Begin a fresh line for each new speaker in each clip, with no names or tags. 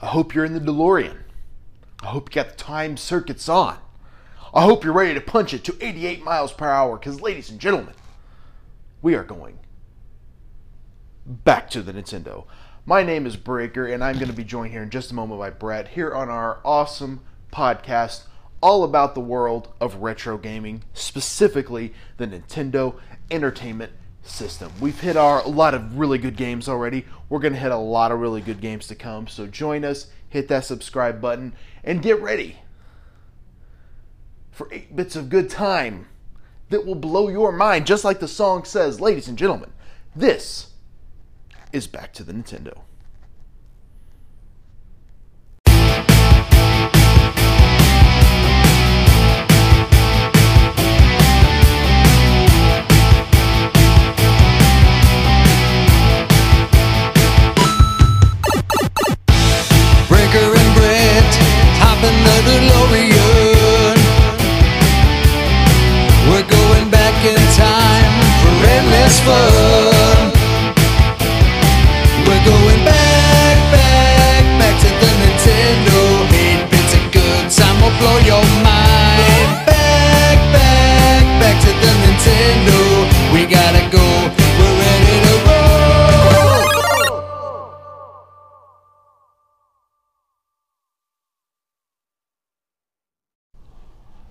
I hope you're in the DeLorean. I hope you got the time circuits on. I hope you're ready to punch it to 88 miles per hour because, ladies and gentlemen, we are going back to the Nintendo. My name is Breaker, and I'm going to be joined here in just a moment by Brett here on our awesome podcast all about the world of retro gaming, specifically the Nintendo Entertainment System. We've hit our a lot of really good games already. We're going to hit a lot of really good games to come. So join us, hit that subscribe button, and get ready for eight bits of good time that will blow your mind, just like the song says, ladies and gentlemen. This is Back to the Nintendo.
Breaker and Brett hop in the DeLorean. We're going back in time for endless fun. We're going back, back, back to the Nintendo. Eight bits of good time will blow your mind. Back, back, back to the Nintendo. We gotta go. We're ready to roll.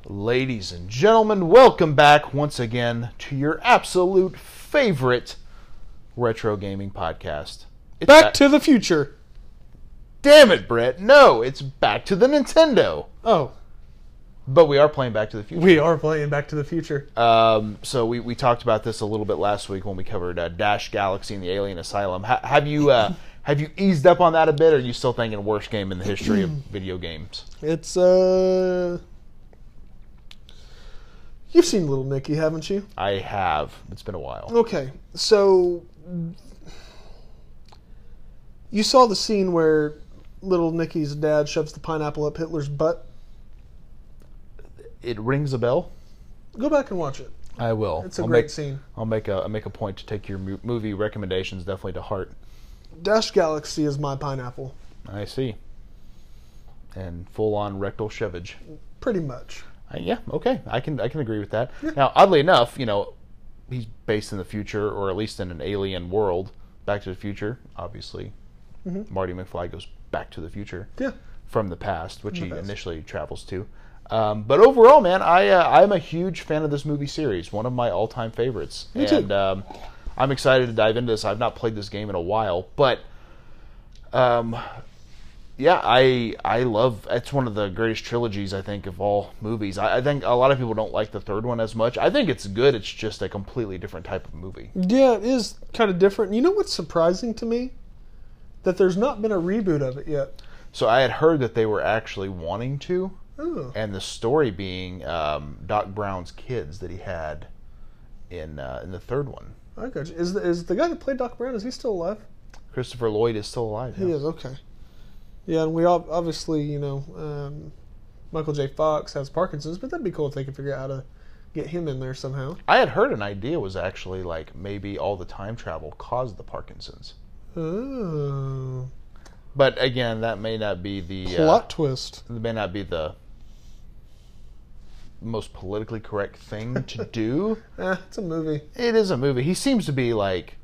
Ladies and gentlemen, welcome back once again to your absolute favorite retro gaming podcast. It's
Back to the Future.
Damn it, Brett. No, it's Back to the Nintendo.
Oh,
But we are playing Back to the Future.
we are playing Back to the Future.
Um, so we, we talked about this a little bit last week when we covered uh, Dash Galaxy and the Alien Asylum. Ha- have you uh, have you eased up on that a bit, or are you still thinking worst game in the history of video games?
It's uh, you've seen Little Nicky, haven't you?
I have. It's been a while.
Okay, so you saw the scene where Little Nicky's dad shoves the pineapple up Hitler's butt.
It rings a bell.
Go back and watch it.
I will.
It's a
I'll
great
make,
scene.
I'll make a I'll make a point to take your mo- movie recommendations definitely to heart.
Dash Galaxy is my pineapple,
I see. And full on rectal shovage.
pretty much.
Uh, Yeah, okay, I can I can agree with that. Now, oddly enough, you know, he's based in the future, or at least in an alien world. Back to the Future, obviously. Marty McFly goes back to the future
Yeah,
from the past, which he
past.
initially travels to. Um, but overall, man, I uh, I'm a huge fan of this movie series. One of my all time favorites,
Me too.
and um, I'm excited to dive into this. I've not played this game in a while, but um, yeah, I I love. It's one of the greatest trilogies I think of all movies. I, I think a lot of people don't like the third one as much. I think it's good. It's just a completely different type of movie.
yeah, it is kind of different. You know what's surprising to me? That there's not been a reboot of it yet.
So I had heard that they were actually wanting to.
Oh.
and the story being um, Doc Brown's kids that he had in uh, in the third one.
I got you. Is the, is the guy that played Doc Brown? Is he still alive?
Christopher Lloyd is still alive.
He
yeah.
is. Okay. Yeah, and we ob- obviously, you know, um, Michael J. Fox has Parkinson's, but that'd be cool if they could figure out how to get him in there somehow.
I had heard an idea was actually like maybe all the time travel caused the Parkinson's,
Oh,
but again, that may not be the uh,
plot twist.
That may not be the most politically correct thing to do.
Eh, it's a movie.
it is a movie. He seems to be like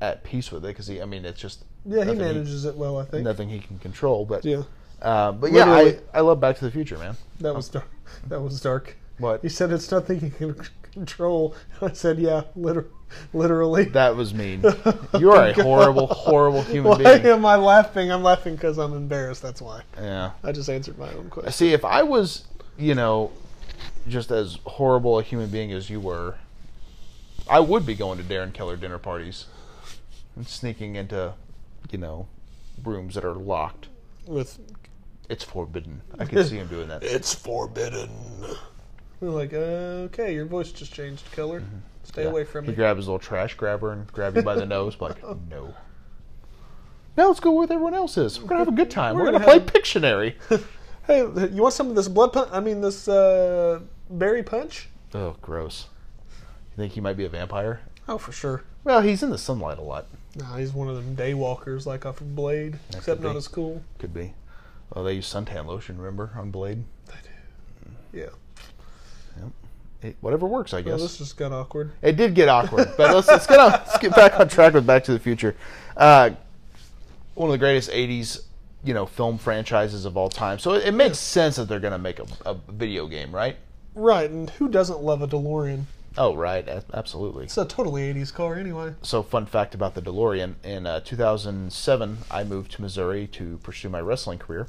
at peace with it because he. I mean, it's just
Yeah, he
nothing
manages it well, I think.
nothing he can control. But
Yeah,
uh, but yeah, I,
Literally.
I love Back to the Future, man.
that was dark. That was dark.
What?
He said it's nothing he can c- control. I said, yeah, liter- literally.
That was mean. You are a horrible, horrible human
why
being.
am I laughing? I'm laughing because I'm embarrassed. That's why.
Yeah.
I just answered my own question.
See, if I was, you know, just as horrible a human being as you were, I would be going to Darren Keller dinner parties and sneaking into, you know, rooms that are locked.
With
It's forbidden. I can see him doing that.
It's forbidden. We're like, okay, your voice just changed, killer.
Mm-hmm.
Stay
Yeah.
away from
He'd
me. Oh.
grab his little trash grabber and grab you by the nose, be like, no. Now let's go where everyone else is. We're gonna have a good time. We're,
We're
gonna,
gonna
play Pictionary.
Hey, th- you want some of this blood punch? I mean, this uh, berry punch?
oh, gross. You think he might be a vampire?
Oh, for sure.
Well, he's in the sunlight a lot.
Nah, he's one of them day walkers like off of Blade, except
could
not
be.
as cool.
Could be. Well, they use suntan lotion, remember, on Blade?
Yeah.
It, whatever works, I
Well,
guess.
this just got awkward.
It did get awkward, but let's, let's, get on, let's get back on track with Back to the Future. Uh, one of the greatest '80s, you know, film franchises of all time. So it, it makes sense that they're going to make a, a video game, right?
Right, and who doesn't love a DeLorean?
Oh, right, a- absolutely.
It's a totally 80s car anyway.
So, fun fact about the DeLorean: in uh, 2007, I moved to Missouri to pursue my wrestling career,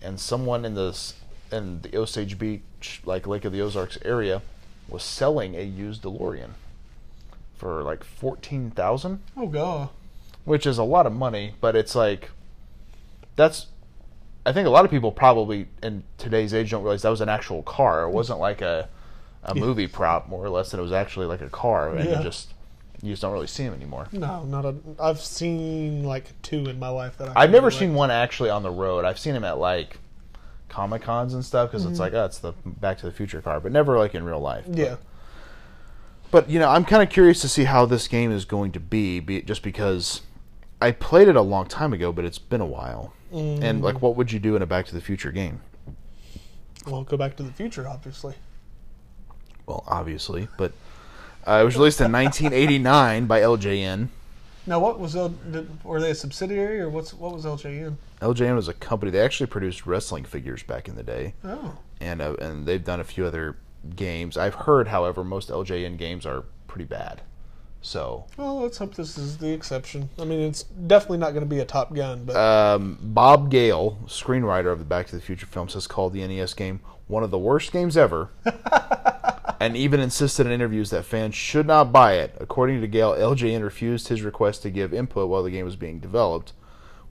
and someone in the s- in the Osage Beach, like Lake of the Ozarks area, was selling a used DeLorean for like fourteen thousand.
Oh, God.
which is a lot of money, but it's like that's I think a lot of people probably in today's age don't realize that was an actual car. It wasn't like a a movie prop more or less that it was actually like a car and
Yeah.
you just you just don't really see them anymore.
No, not a. I've seen like two in my life that I
I've
can
never
relate.
seen one actually on the road. I've seen them at like Comic Cons and stuff because it's like oh, it's the Back to the Future car, but never like in real life. But-
Yeah.
But you know, I'm kind of curious to see how this game is going to be, be just because I played it a long time ago, but it's been a while. And like, what would you do in a Back to the Future game?
Well, go back to the future, obviously.
Well, obviously, but uh, it was released in 1989 by LJN.
Now, what was L? Did, were they a subsidiary or what's what was LJN?
LJN was a company that actually produced wrestling figures back in the day,
Oh,
and uh, and they've done a few other games. I've heard, however, most LJN games are pretty bad. So
well, let's hope this is the exception. I mean, it's definitely not going to be a Top Gun, but
Um, Bob Gale, screenwriter of the Back to the Future films, has called the NES game one of the worst games ever, and even insisted in interviews that fans should not buy it. According to Gale, LJN refused his request to give input while the game was being developed.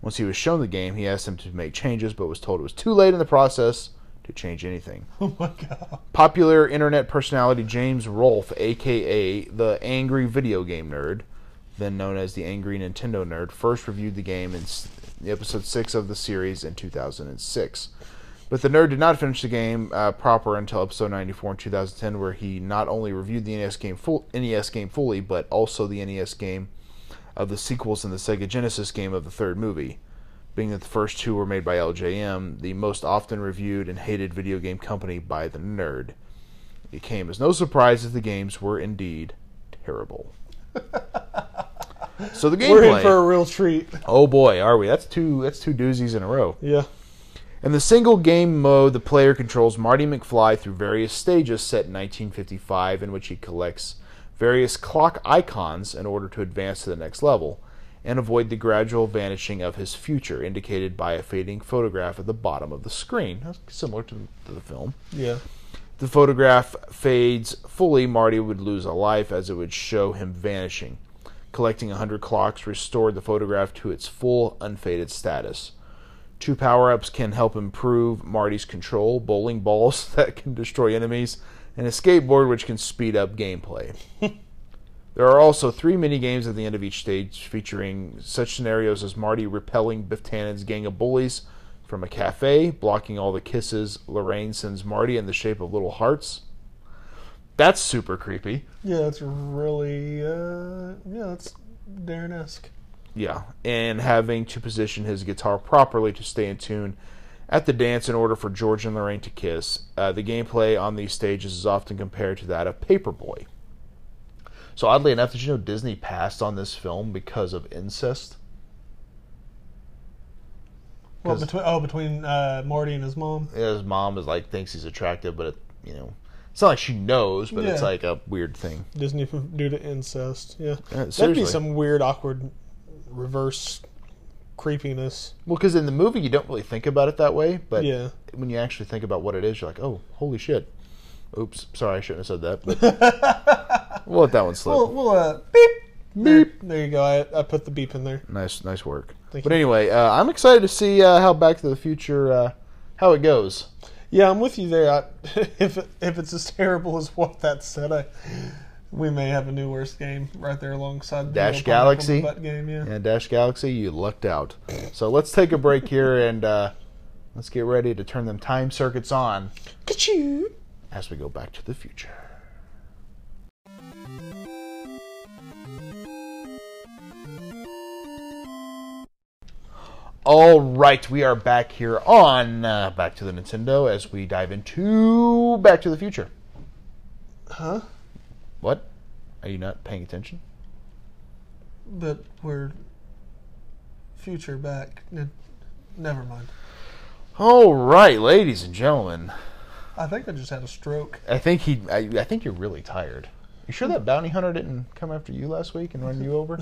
Once he was shown the game, he asked him to make changes, but was told it was too late in the process to change anything.
oh my god,
Popular internet personality James Rolfe, aka the Angry Video Game Nerd, then known as the Angry Nintendo Nerd, first reviewed the game in s- episode 6 of the series in 2006. But the nerd did not finish the game uh, proper until episode 94 in 2010, where he not only reviewed the NES game, full, NES game fully, but also the NES game of the sequels and the Sega Genesis game of the third movie. Being that the first two were made by LJM, the most often reviewed and hated video game company by the nerd. It came as no surprise that the games were indeed terrible. so the
we're in
gameplay.
for a real treat.
oh boy, are we? That's two. That's two doozies in a row.
Yeah.
In the single game mode, the player controls Marty McFly through various stages set in 1955 in which he collects various clock icons in order to advance to the next level and avoid the gradual vanishing of his future indicated by a fading photograph at the bottom of the screen, That's similar to to the film.
Yeah.
The photograph fades fully, Marty would lose a life as it would show him vanishing. Collecting 100 clocks restored the photograph to its full, unfaded status. Two power ups can help improve Marty's control bowling balls that can destroy enemies, and a skateboard which can speed up gameplay. there are also three mini games at the end of each stage featuring such scenarios as Marty repelling Biff Tannen's gang of bullies from a cafe, blocking all the kisses Lorraine sends Marty in the shape of little hearts. That's super creepy.
Yeah, that's really uh, yeah, that's Darren esque.
Yeah, and having to position his guitar properly to stay in tune at the dance in order for George and Lorraine to kiss. Uh, the gameplay on these stages is often compared to that of Paperboy. So oddly enough, did you know Disney passed on this film because of incest?
Well,
'Cause-
between oh, between uh, Marty and his mom.
His mom is like thinks he's attractive, but it, you know, it's not like she knows, but it's
Yeah.
like a weird thing.
Disney due to incest. Yeah, that'd
Uh, seriously.
be some weird, awkward, reverse creepiness.
Well, because in the movie you don't really think about it that way, but
Yeah.
when you actually think about what it is, you're like, oh, holy shit. Oops, sorry, I shouldn't have said that. But we'll let that one slip.
Well, well, uh, beep beep. There you go. I, I put the beep in there.
nice, nice work.
Thank
but
you.
anyway, uh, I'm excited to see uh, how Back to the Future, uh, how it goes.
Yeah, I'm with you there. I, if it- if it's as terrible as what that said, I we may have a new worst game right there alongside the
Dash
little
Galaxy.
pineapple butt game. Yeah.
And Dash Galaxy, you lucked out. So let's take a break here and uh, let's get ready to turn them time circuits on
Ka-choo.
as we go back to the future. All right, we are back here on uh, Back to the Nintendo as we dive into Back to the Future.
Huh?
What? Are you not paying attention?
But we're future back. N- never mind.
All right, ladies and gentlemen.
I think I just had a stroke.
I think he. I, I think you're really tired. You sure that bounty hunter didn't come after you last week and run you over?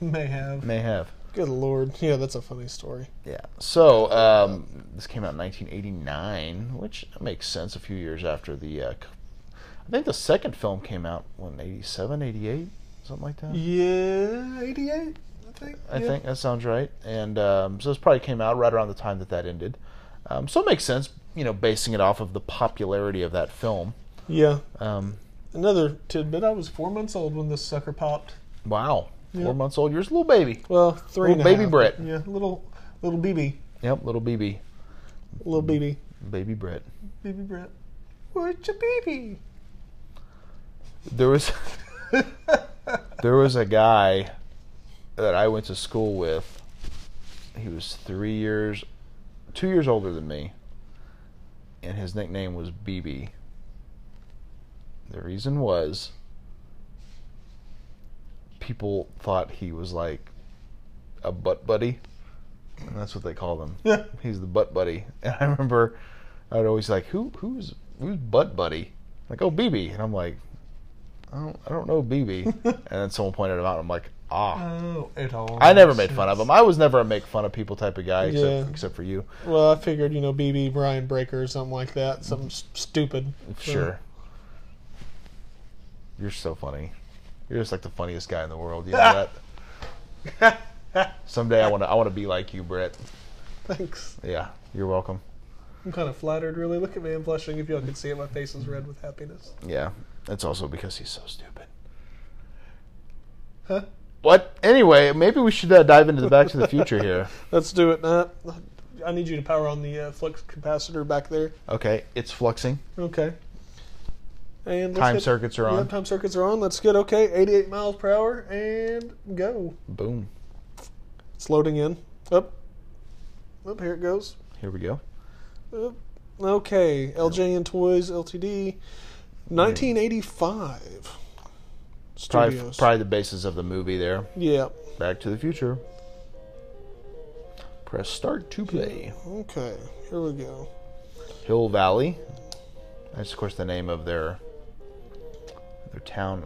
May have.
May have.
Good lord. Yeah, that's a funny story.
Yeah. So um, this came out in 1989, which makes sense. A few years after the, uh, c- I think the second film came out when 87, 88, something like that.
Yeah, 88, I think.
I
yeah.
think that sounds right. And um, so this probably came out right around the time that that ended. Um, so it makes sense, you know, basing it off of the popularity of that film.
Yeah.
Um,
Another tidbit I was four months old when this sucker popped.
wow, four
Yeah.
months old, yours little baby.
Well, three
Little
and a
baby
half.
Brett.
Yeah, little little BB.
Yep, little BB,
Little BB.
baby Brett.
BB Brett. Where's your BB?
There was there was a guy that I went to school with. He was three years, two years older than me, and his nickname was BB. The reason was people thought he was like a butt buddy, and that's what they call him. He's the butt buddy. And I remember I'd always like, who who's who's butt buddy? Like, oh BB, and I'm like, I don't I don't know BB. and then someone pointed him out. And I'm like, ah.
Oh, it all.
I never
makes
made fun of
sense.
him. I was never a make fun of people type of guy, except,
Yeah.
except for you,
Well, I figured, you know, BB Brian Breaker or something like that. Something s- stupid.
sure. You're so funny. You're just like the funniest guy in the world. You know that. Someday I want to. I want to be like you, Brett.
Thanks.
Yeah, you're welcome.
I'm kind of flattered, really. Look at me, I'm blushing. If y'all could see it, my face is red with happiness.
Yeah, that's also because he's so stupid.
Huh?
What? Anyway, maybe we should uh, dive into the Back to the Future here.
Let's do it. Uh, I need you to power on the uh, flux capacitor back there.
Okay, it's fluxing.
Okay. And let's
Time
get-
circuits are
Yeah,
on.
time circuits are on. Let's get okay. 88 miles per hour and go.
Boom.
It's loading in. Up. Up. Here it goes.
Here we go.
Up. Uh, Okay. LJ and Toys Ltd.
Probably,
1985. Studios.
probably the basis of the movie there.
Yeah.
Back to the Future. Press start to play.
Okay. Here we go.
Hill Valley. That's of course the name of their their town.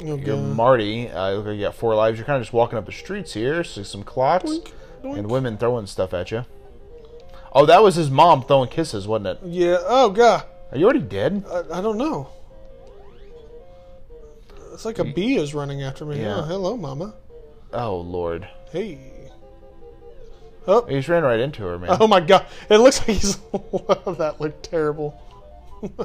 Okay.
You're Marty. Uh, you look like you got four lives. You're kind of just walking up the streets here. See some clocks
Doink, doink.
and women throwing stuff at you. Oh, that was his mom throwing kisses, wasn't it?
Yeah. Oh god.
Are you already dead?
I, I don't know. It's like a bee is running after me.
Yeah.
Oh, hello, Mama.
Oh Lord,
Hey. Oh.
he just ran right into her, man.
Oh my god! It looks like he's. that looked terrible.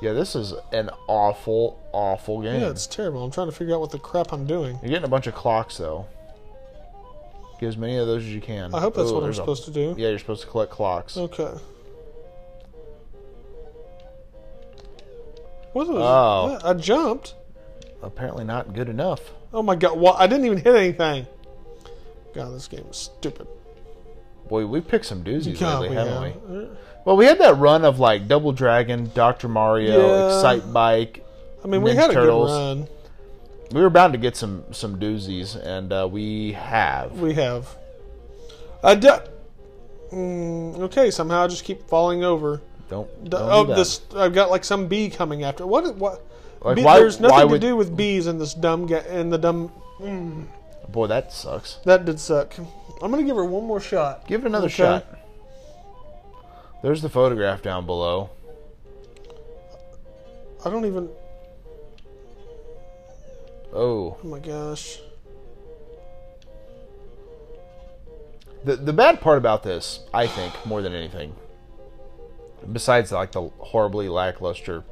Yeah, this is an awful, awful game.
Yeah, it's terrible. I'm trying to figure out what the crap I'm doing.
You're getting a bunch of clocks though. Get as many of those as you can.
I hope that's
Ooh,
what I'm
there's a-
supposed to do. Oh.
Yeah, you're supposed to collect clocks.
Okay. What was
Oh.
that? I jumped.
Apparently not good enough.
Oh my god! What? I didn't even hit anything. God, this game is stupid.
Boy, we picked some doozies
God,
lately,
we
haven't
have-
we? Well, we had that run of like Double Dragon, Doctor Mario,
Yeah.
Excite Bike.
I mean, we
Ninja
had a
Turtles.
good run.
We were bound to get some some doozies, and uh, we have.
We have. I do- Mm, okay, somehow I just keep falling over.
Don't,
D-
don't
oh,
do that.
this! I've got like some bee coming after. What? What?
Like,
bee,
why-
there's nothing
why
to
would-
do with bees in this dumb ga- in the dumb.
Boy, that sucks.
That did suck. I'm gonna give her one more shot.
Give it another
Okay.
shot. There's the photograph down below.
I don't even.
Oh,
Oh my gosh.
the the bad part about this, I think, more than anything, besides like the horribly lackluster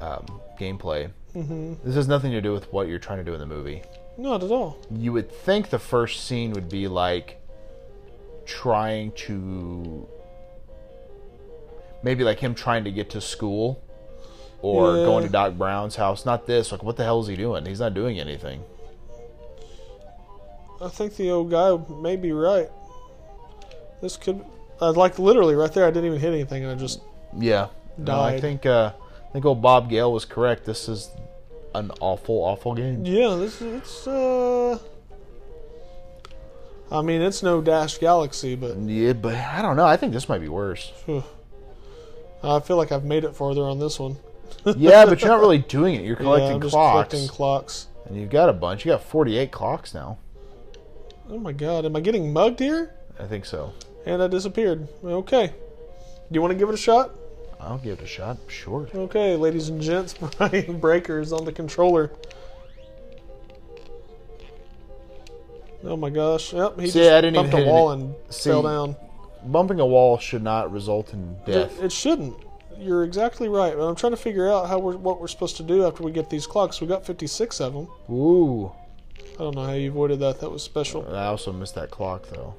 um, gameplay,
Mm-hmm.
this has nothing to do with what you're trying to do in the movie.
Not at all.
you would think the first scene would be like trying to maybe like him trying to get to school or
Yeah.
going to Doc Brown's house. Not this. Like, what the hell is he doing? He's not doing anything.
I think the old guy may be right. This could. Uh, like literally right there, I didn't even hit anything, and I just
Yeah. No, I
Died.
think uh, I think old Bob Gale was correct. This is an awful, awful game.
yeah. This it's. Uh, I mean, it's no Dash Galaxy, but
Yeah, but I don't know. I think this might be worse.
phew. I feel like I've made it farther on this one.
yeah, but you're not really doing it. You're
yeah,
collecting
I'm just
clocks,
collecting clocks.
and you've got a bunch. You got 48 clocks now.
Oh my god, am I getting mugged here?
I think so.
And I disappeared. Okay. Do you want to give it a shot?
I'll give it a shot. Sure.
Okay, ladies and gents, Brian Breaker is on the controller. Oh my gosh! Yep, he
See,
just
I didn't even
bumped
hit
a wall
any-
and
See,
fell down.
Bumping a wall should not result in
It,
death.
it shouldn't. You're exactly right. But I'm trying to figure out how we're what we're supposed to do after we get these clocks. We got 56 of them.
Ooh.
I don't know how you avoided that. That was special.
I also missed that clock though.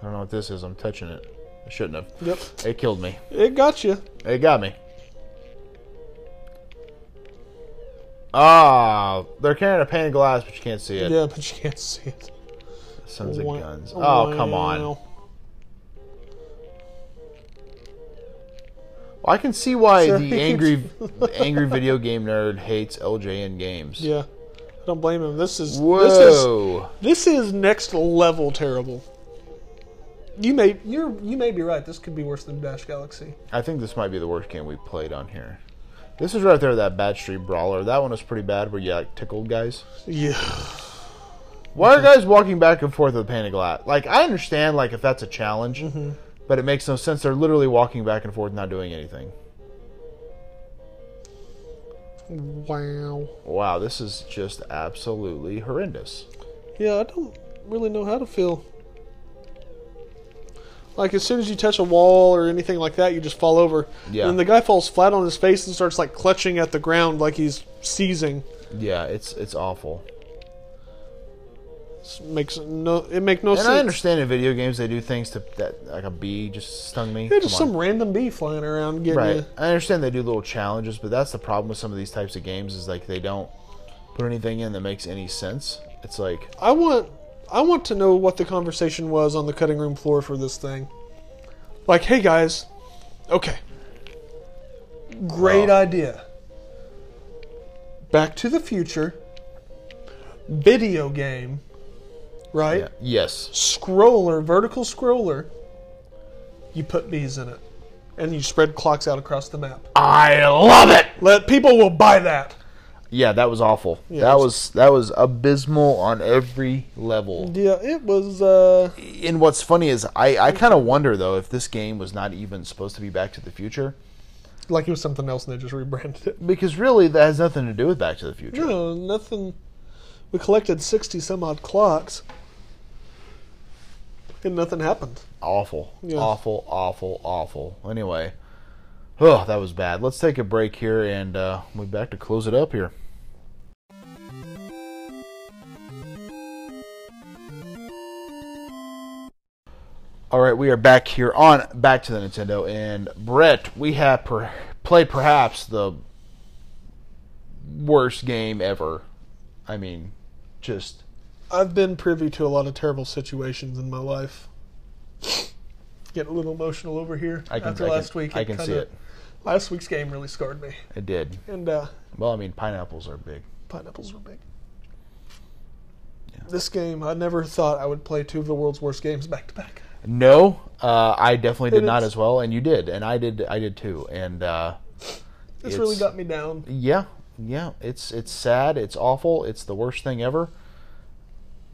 I don't know what this is. I'm touching it. I shouldn't have.
Yep,
It killed me.
it got you.
It got me. Ah, they're carrying a pane of glass, but you can't see it.
Yeah, but you can't see it.
Sons of
Wow.
guns. Oh, come on.
Wow.
Well, I can see why
Sorry.
the angry, the angry video game nerd hates LJN games.
Yeah, I don't blame him. This is this is
Whoa.
This is next level terrible. You may you're you may be right. This could be worse than Dash Galaxy.
I think this might be the worst game we played on here. This is right there, that Bad Street Brawler. That one was pretty bad, where you like tickled guys.
Yeah.
Why
Mm-hmm.
are guys walking back and forth with a pane of glass? Like, I understand, like, if that's a challenge,
Mm-hmm.
but it makes no sense. They're literally walking back and forth, not doing anything.
Wow.
Wow, this is just absolutely horrendous.
Yeah, I don't really know how to feel. Like as soon as you touch a wall or anything like that, you just fall over.
Yeah.
And the guy falls flat on his face and starts like clutching at the ground like he's seizing.
Yeah, it's it's awful.
This makes no it make no
And
sense.
I understand in video games they do things to that like a bee just stung me.
Yeah, just
Come on.
some random bee flying around getting
Right.
you.
I understand they do little challenges, but that's the problem with some of these types of games is like they don't put anything in that makes any sense. It's like
I want I want to know what the conversation was on the cutting room floor for this thing. Like, hey guys, okay. Great
Wow.
idea. Back to the future. Video game. Right?
yeah, yes.
Scroller, vertical scroller. You put bees in it. And you spread clocks out across the map.
I love it.
Let people will buy that.
Yeah, that was awful. that
it was-
was that was abysmal on every level.
Yeah, it was uh
And what's funny is I I kind of wonder though if this game was not even supposed to be Back to the Future
like it was something else and they just rebranded it.
because really that has nothing to do with Back to the Future.
No, nothing. We collected 60 some odd clocks, and nothing happened.
awful,
Yeah.
awful, awful, awful. Anyway, oh, that was bad. Let's take a break here, and uh, we'll be back to close it up here. All right, we are back here on Back to the Nintendo, and Brett, we have per- played perhaps the worst game ever. I mean, just
I've been privy to a lot of terrible situations in my life. Getting a little emotional over here
I can
after
I can-
last week.
I can see
kinda-
it.
Last week's game really scarred me,
It did.
and uh,
Well, I mean, pineapples are big.
pineapples were big.
Yeah.
This game, I never thought I would play two of the world's worst games back to back.
No, uh, I definitely did
And
not
it's-
as well, and you did, and I did, I did too, and uh,
It's, really
It's-
got me down.
yeah, yeah, it's it's sad, it's awful, it's the worst thing ever,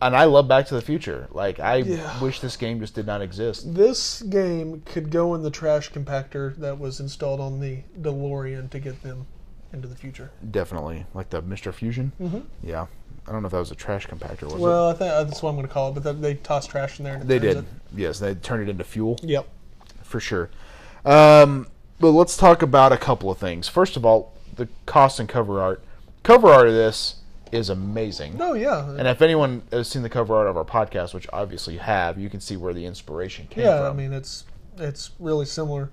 and I love Back to the Future. Like I
Yeah.
wish this game just did not exist.
This game could go in the trash compactor that was installed on the DeLorean to get them into the future.
Definitely, like the Mister Fusion. Mm-hmm. Yeah, I don't know if that was a trash compactor, was
Well, I think that's what I'm going to call it, but th- they tossed trash in there. And it
it? They
turns
did,
it-
yes, they turned it into fuel.
Yep.
for sure. Um, but let's talk about a couple of things. First of all, the cost and cover art. Cover art of this is amazing.
Oh yeah.
And if anyone has seen the cover art of our podcast, which obviously you have, you can see where the inspiration came
yeah,
from.
I mean it's it's really similar.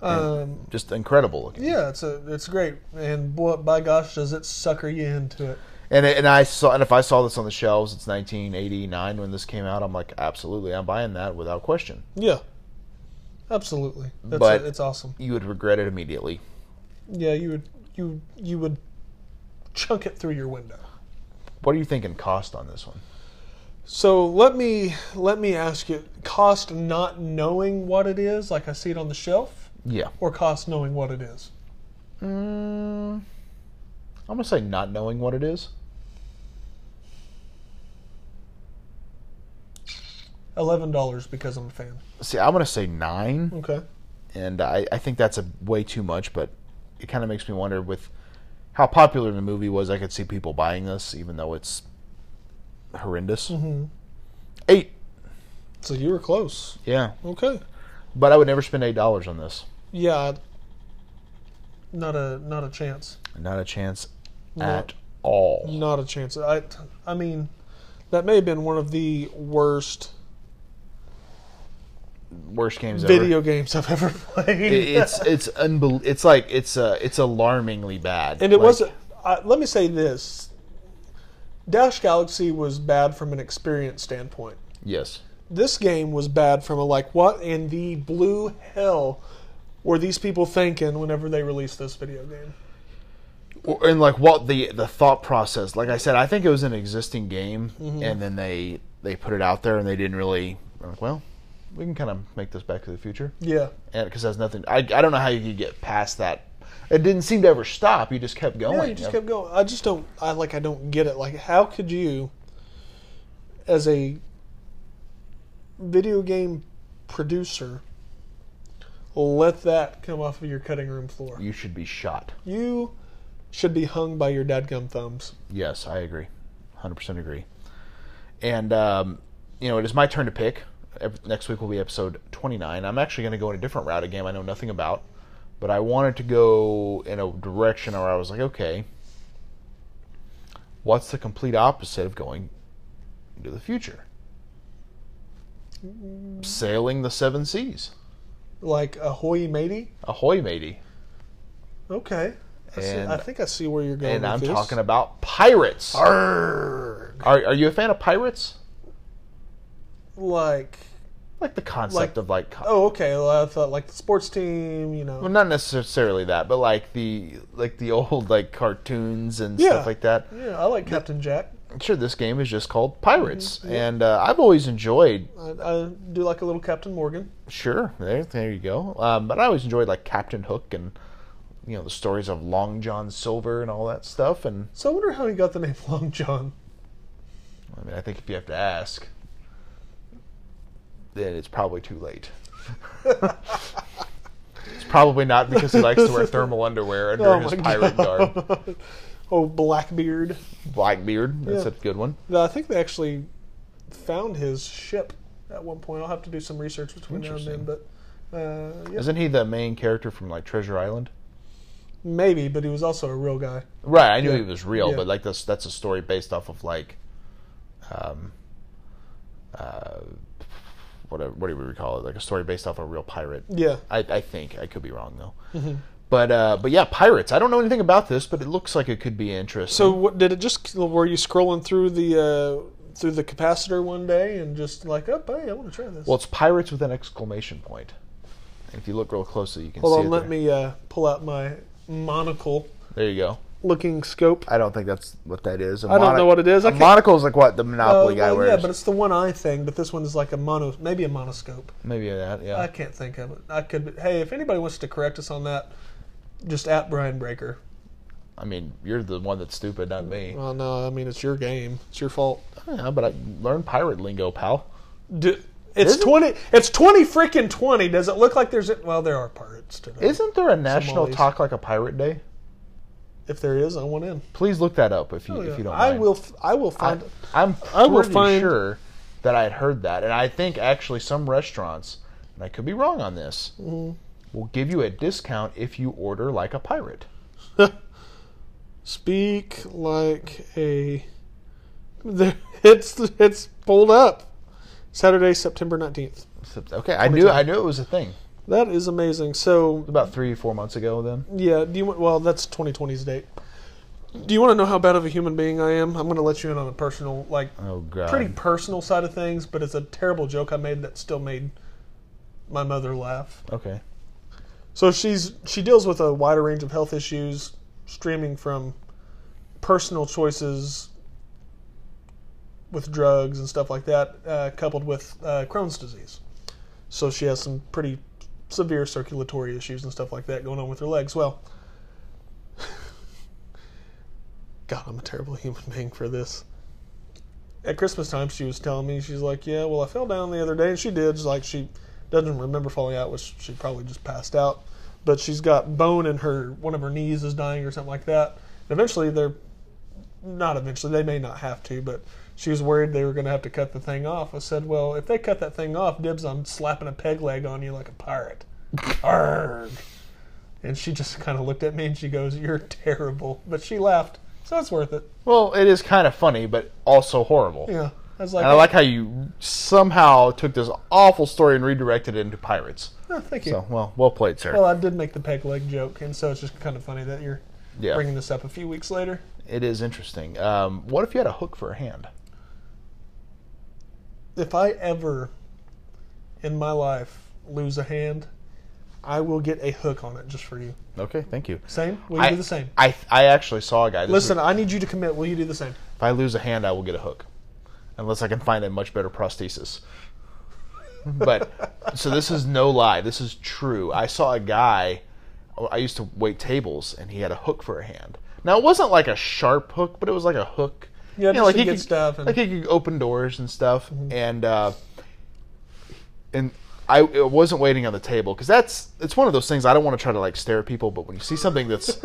Um,
just incredible looking.
yeah, it's a it's great, and boy, by gosh, does it sucker you into it.
And it- and I saw and if I saw this on the shelves, it's 1989 when this came out. I'm like, absolutely, I'm buying that without question.
Yeah. Absolutely. That's
But-
it. It's awesome.
You would regret it immediately.
Yeah, you would you you would chunk it through your window.
What are you thinking cost on this one?
So let me let me ask you cost not knowing what it is, like I see it on the shelf,
Yeah,
or cost knowing what it is?
mm, I'm gonna say not knowing what it is.
Eleven dollars because I'm a fan.
See, I'm gonna say nine.
Okay.
and I, I think that's a way too much. But it kind of makes me wonder with how popular the movie was. I could see people buying this, even though it's horrendous.
hmm
Eight,
So you were close.
yeah,
Okay.
but I would never spend eight dollars on this.
Yeah. I- Not a not a chance.
Not a chance
No.
at all.
Not a chance. I I mean, that may have been one of the worst
Worst games
video
ever.
games I've ever played.
It, it's it's unbel- It's like it's uh it's alarmingly bad.
And it
Like,
wasn't. I, let me say this: Dash Galaxy was bad from an experience standpoint.
Yes.
This game was bad from a like, what in the blue hell were these people thinking whenever they released this video game?
Or- and like what the the thought process like i said i think it was an existing game
Mm-hmm.
and then they they put it out there and they didn't really I'm like well we can kind of make this back to the future
Yeah,
and because that's nothing I, I don't know how you could get past that it didn't seem to ever stop you just kept going
yeah. You just kept going. I just don't. I like. I don't get it. Like, how could you, as a video game producer, let that come off of your cutting room floor?
you should be shot
You should be hung by your dadgum thumbs.
yes i agree 100% agree and um, you know it is my turn to pick Ep- next week will be episode 29 i'm actually going to go in a different route a game i know nothing about but i wanted to go in a direction where i was like okay what's the complete opposite of going into the future
Mm.
sailing the seven seas
Like ahoy matey.
ahoy matey
Okay. I, see,
And-
I think I see where you're going.
and
with
I'm
this.
talking about pirates. Are, are you a fan of pirates?
like
Like the concept
Like-
of like, co-
oh okay. Well, I thought like the sports team. You know.
well, not necessarily that, but like the like the old like cartoons and
Yeah.
stuff like that.
yeah, I like Captain Jack.
I'm sure this game is just called Pirates,
Mm-hmm.
and uh, I've always enjoyed.
I, I do like a little Captain Morgan.
Sure, there there you go. Um, but I always enjoyed like Captain Hook and you know the stories of Long John Silver and all that stuff. And
So I wonder how he got the name Long John.
I mean, I think if you have to ask, then it's probably too late. it's probably not because he likes to wear thermal underwear under
Oh
his
my
pirate garb.
Oh, Blackbeard.
Blackbeard, that's
Yeah.
a good one.
No, I think they actually found his ship at one point. I'll have to do some research between now and then, but uh, yeah,
Isn't he the main character from like Treasure Island?
maybe. But he was also a real guy.
Right, I knew
Yeah.
he was real,
Yeah.
but like that's that's a story based off of like, um, uh, whatever what do we call it? Like a story based off a real pirate.
Yeah.
I, I think I could be wrong though.
Mm-hmm.
But uh, but yeah, pirates. I don't know anything about this, but it looks like it could be interesting.
So what, did it just were you scrolling through the uh, through the capacitor one day and just like, oh, hey, I want to try this.
well, it's pirates with an exclamation point. If you look real closely, you can see
Hold
it
on, let
there.
me uh, pull out my monocle
There you go.
looking scope.
I don't think that's what that is. I
I don't know what it is. I
A
can't-
monocle is like what the
Oh,
Monopoly guy
well,
wears.
yeah, but it's the one eye thing. But this one is like a mono, maybe a monoscope.
Maybe that. Yeah.
I can't think of it. I could. Hey, if anybody wants to correct us on that, just at Brian Breaker.
I mean, you're the one that's stupid, not me.
Well, no, I mean it's your game. It's your fault.
Yeah, but I learn pirate lingo, pal.
D- it's
Isn't-
twenty. It's twenty freaking twenty. Does it look like there's? A, well, there are pirates today.
Isn't there a national
Somalis.
talk like a pirate day?
if there is, I want in.
Please look that up if you
Oh, yeah.
if you don't.
I
mind.
will. f- I will
I,
find.
I'm
I will
pretty
find-
sure that I had heard that, and I think actually some restaurants, and I could be wrong on this,
Mm-hmm.
will give you a discount if you order like a pirate.
Speak like a. There, it's it's pulled up. Saturday, September nineteenth.
So- Okay, I knew I knew it was a thing.
That is amazing. So Mm.
About three four months ago, then.
yeah, do you want? Well, that's 2020's date. Do you want to know how bad of a human being I am? I'm going to let you in on a personal, like,
Oh god.
pretty personal side of things, but it's a terrible joke I made that still made my mother laugh.
Okay.
So she's she deals with a wider range of health issues streaming from personal choices with drugs and stuff like that, uh, coupled with uh, Crohn's disease. So she has some pretty severe circulatory issues and stuff like that going on with her legs. Well, God, I'm a terrible human being for this. At Christmas time, she was telling me she's like, "Yeah, well, I fell down the other day," and she did. She's like, she doesn't remember falling out, which she probably just passed out. But she's got bone in her one of her knees is dying or something like that. And eventually, they're not eventually they may not have to, but she was worried they were going to have to cut the thing off. I said, well, if they cut that thing off, dibs, I'm slapping a peg leg on you like a pirate. Arg. And she just kind of looked at me and she goes, "You're terrible," but she laughed, so it's worth it.
Well, it is kind of funny, but also horrible.
Yeah, I was like,
And Oh, I like how you somehow took this awful story and redirected it into pirates.
"Oh, thank you."
So, well, well played, sir.
Well, I did make the peg leg joke, and so it's just kind of funny that you're
yeah,
bringing this up a few weeks later.
it is interesting. Um, what if you had a hook for a hand?
If I ever in my life lose a hand, I will get a hook on it just for you.
Okay, thank you.
Same? Will you
I,
do the same?
I, I actually saw a guy. this
Listen,
week-
I need you to commit. Will you do the same?
if I lose a hand, I will get a hook, unless I can find a much better prosthesis. But so this is no lie. This is true. I saw a guy. I used to wait tables, and he had a hook for a hand. Now it wasn't like a sharp hook, but it was like a hook.
Yeah, just
like
to
he
get
could
stuff and- Mm-hmm.
like he could open doors and stuff, and uh, and I I wasn't waiting on the table because that's it's one of those things I don't want to try to like stare at people, but when you see something that's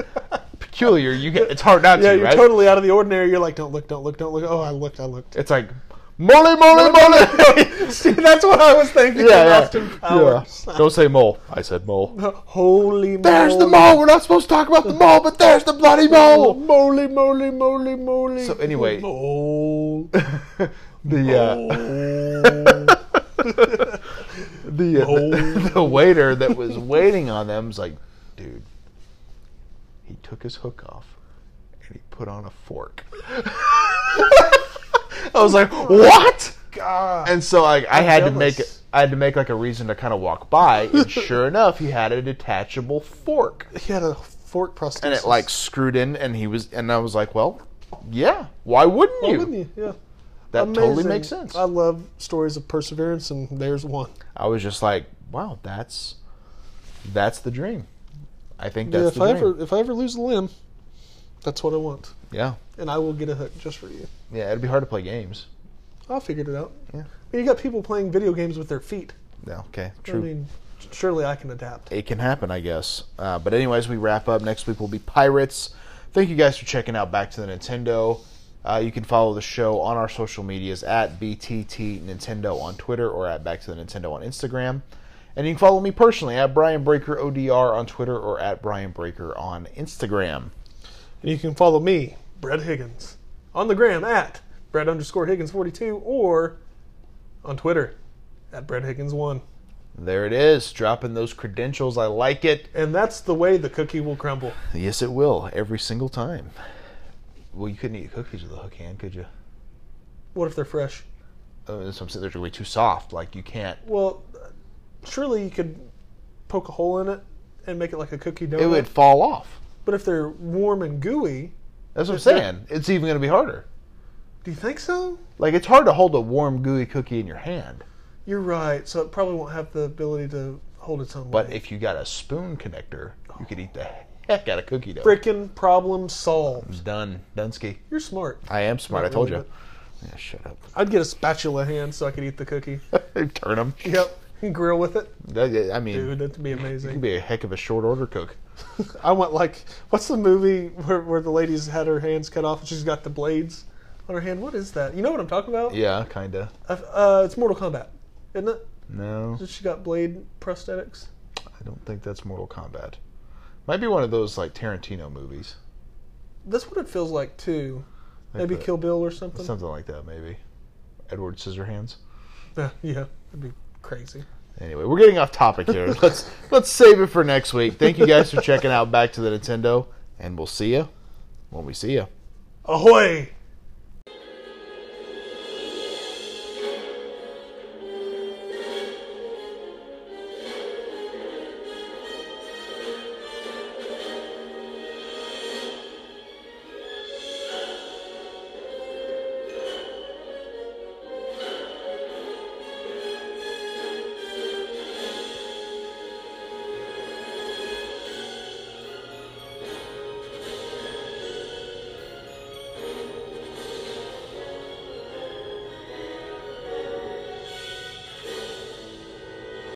peculiar, you get it's hard not
Yeah,
to.
you're
right?
totally out of the ordinary. You're like, don't look, don't look, don't look. Oh, I looked, I looked.
It's like Molly, Molly, Molly.
See, that's what I was thinking.
yeah,
Austin
yeah.
Powers.
yeah. Don't say mole. I said mole.
Holy
There's the mole. We're not supposed to talk about the mole, but there's the bloody mole.
Moly, moly, moly, moly.
So anyway-
Mole.
The uh, the, uh, the the waiter that was waiting on them was like, dude, he took his hook off and he put on a fork. I was like, what?
God.
And so I, I had to make
jealous.
I had to make like a reason to kind of walk by, and sure enough, he had a detachable fork,
He had a fork prosthesis.
and it like screwed in, and he was, and I was like, well, yeah, why wouldn't
Why
you?
wouldn't you? Yeah.
That totally
Amazing.
makes sense.
I love stories of perseverance, and there's one.
I was just like, wow, that's that's the dream. I think
yeah,
that's
if
the
I
dream.
ever if I ever lose a limb, that's what I want,
Yeah,
and I will get a hook just for you.
yeah, it'd be hard to play games.
I figured it out.
Yeah.
But you got people playing video games with their feet.
Yeah, okay, true.
I mean, surely I can adapt.
it can happen, I guess. Uh, but anyways, we wrap up. Next week will be Pirates. Thank you guys for checking out Back to the Nintendo. Uh, you can follow the show on our social medias at BTT Nintendo on Twitter or at Back to the Nintendo on Instagram. And you can follow me personally at Brian Breaker ODR on Twitter or at Brian Breaker on Instagram.
And you can follow me, Brett Higgins, on the gram at Brett underscore Higgins42 or on Twitter at Brett Higgins1.
There it is, dropping those credentials. I like it.
And that's the way the cookie will crumble.
Yes, it will every single time. Well, you couldn't eat cookies with a hook hand, could you?
What if they're fresh?
Uh, so I'm saying they're going to be too soft. Like you can't.
Well, surely you could poke a hole in it and make it like a cookie donut.
It would fall off.
But if they're warm and gooey,
That's what I'm
They're-
saying. It's even going to be harder.
do you think so?
Like it's hard to hold a warm gooey cookie in your hand,
You're right. So it probably won't have the ability to hold its own
but
weight.
if you got a spoon connector, you could eat the heck out of cookie dough.
Frickin' problem solved.
Done, Dunsky.
You're smart.
I am smart.
Not
I told
really,
you. Yeah, shut up.
I'd get a spatula hand so I could eat the cookie.
Turn them.
yep. And grill with it.
I mean,
Dude, that'd be
you'd
amazing.
be a heck of a short order cook.
I want like, what's the movie where, where the lady's had her hands cut off and she's got the blades on her hand? What is that? You know what I'm talking about?
Yeah, kinda.
I've- Uh, it's Mortal Kombat, isn't it?
No,
Does she got blade prosthetics?
I don't think that's Mortal Kombat. Might be one of those like Tarantino movies,
That's what it feels like too. Maybe
the-
Kill Bill or something.
something like that. Maybe Edward Scissorhands.
Yeah, yeah, that'd be crazy.
Anyway, we're getting off topic here. Let's let's save it for next week. Thank you guys for checking out Back to the Nintendo, and we'll see you
when we see you.
Ahoy!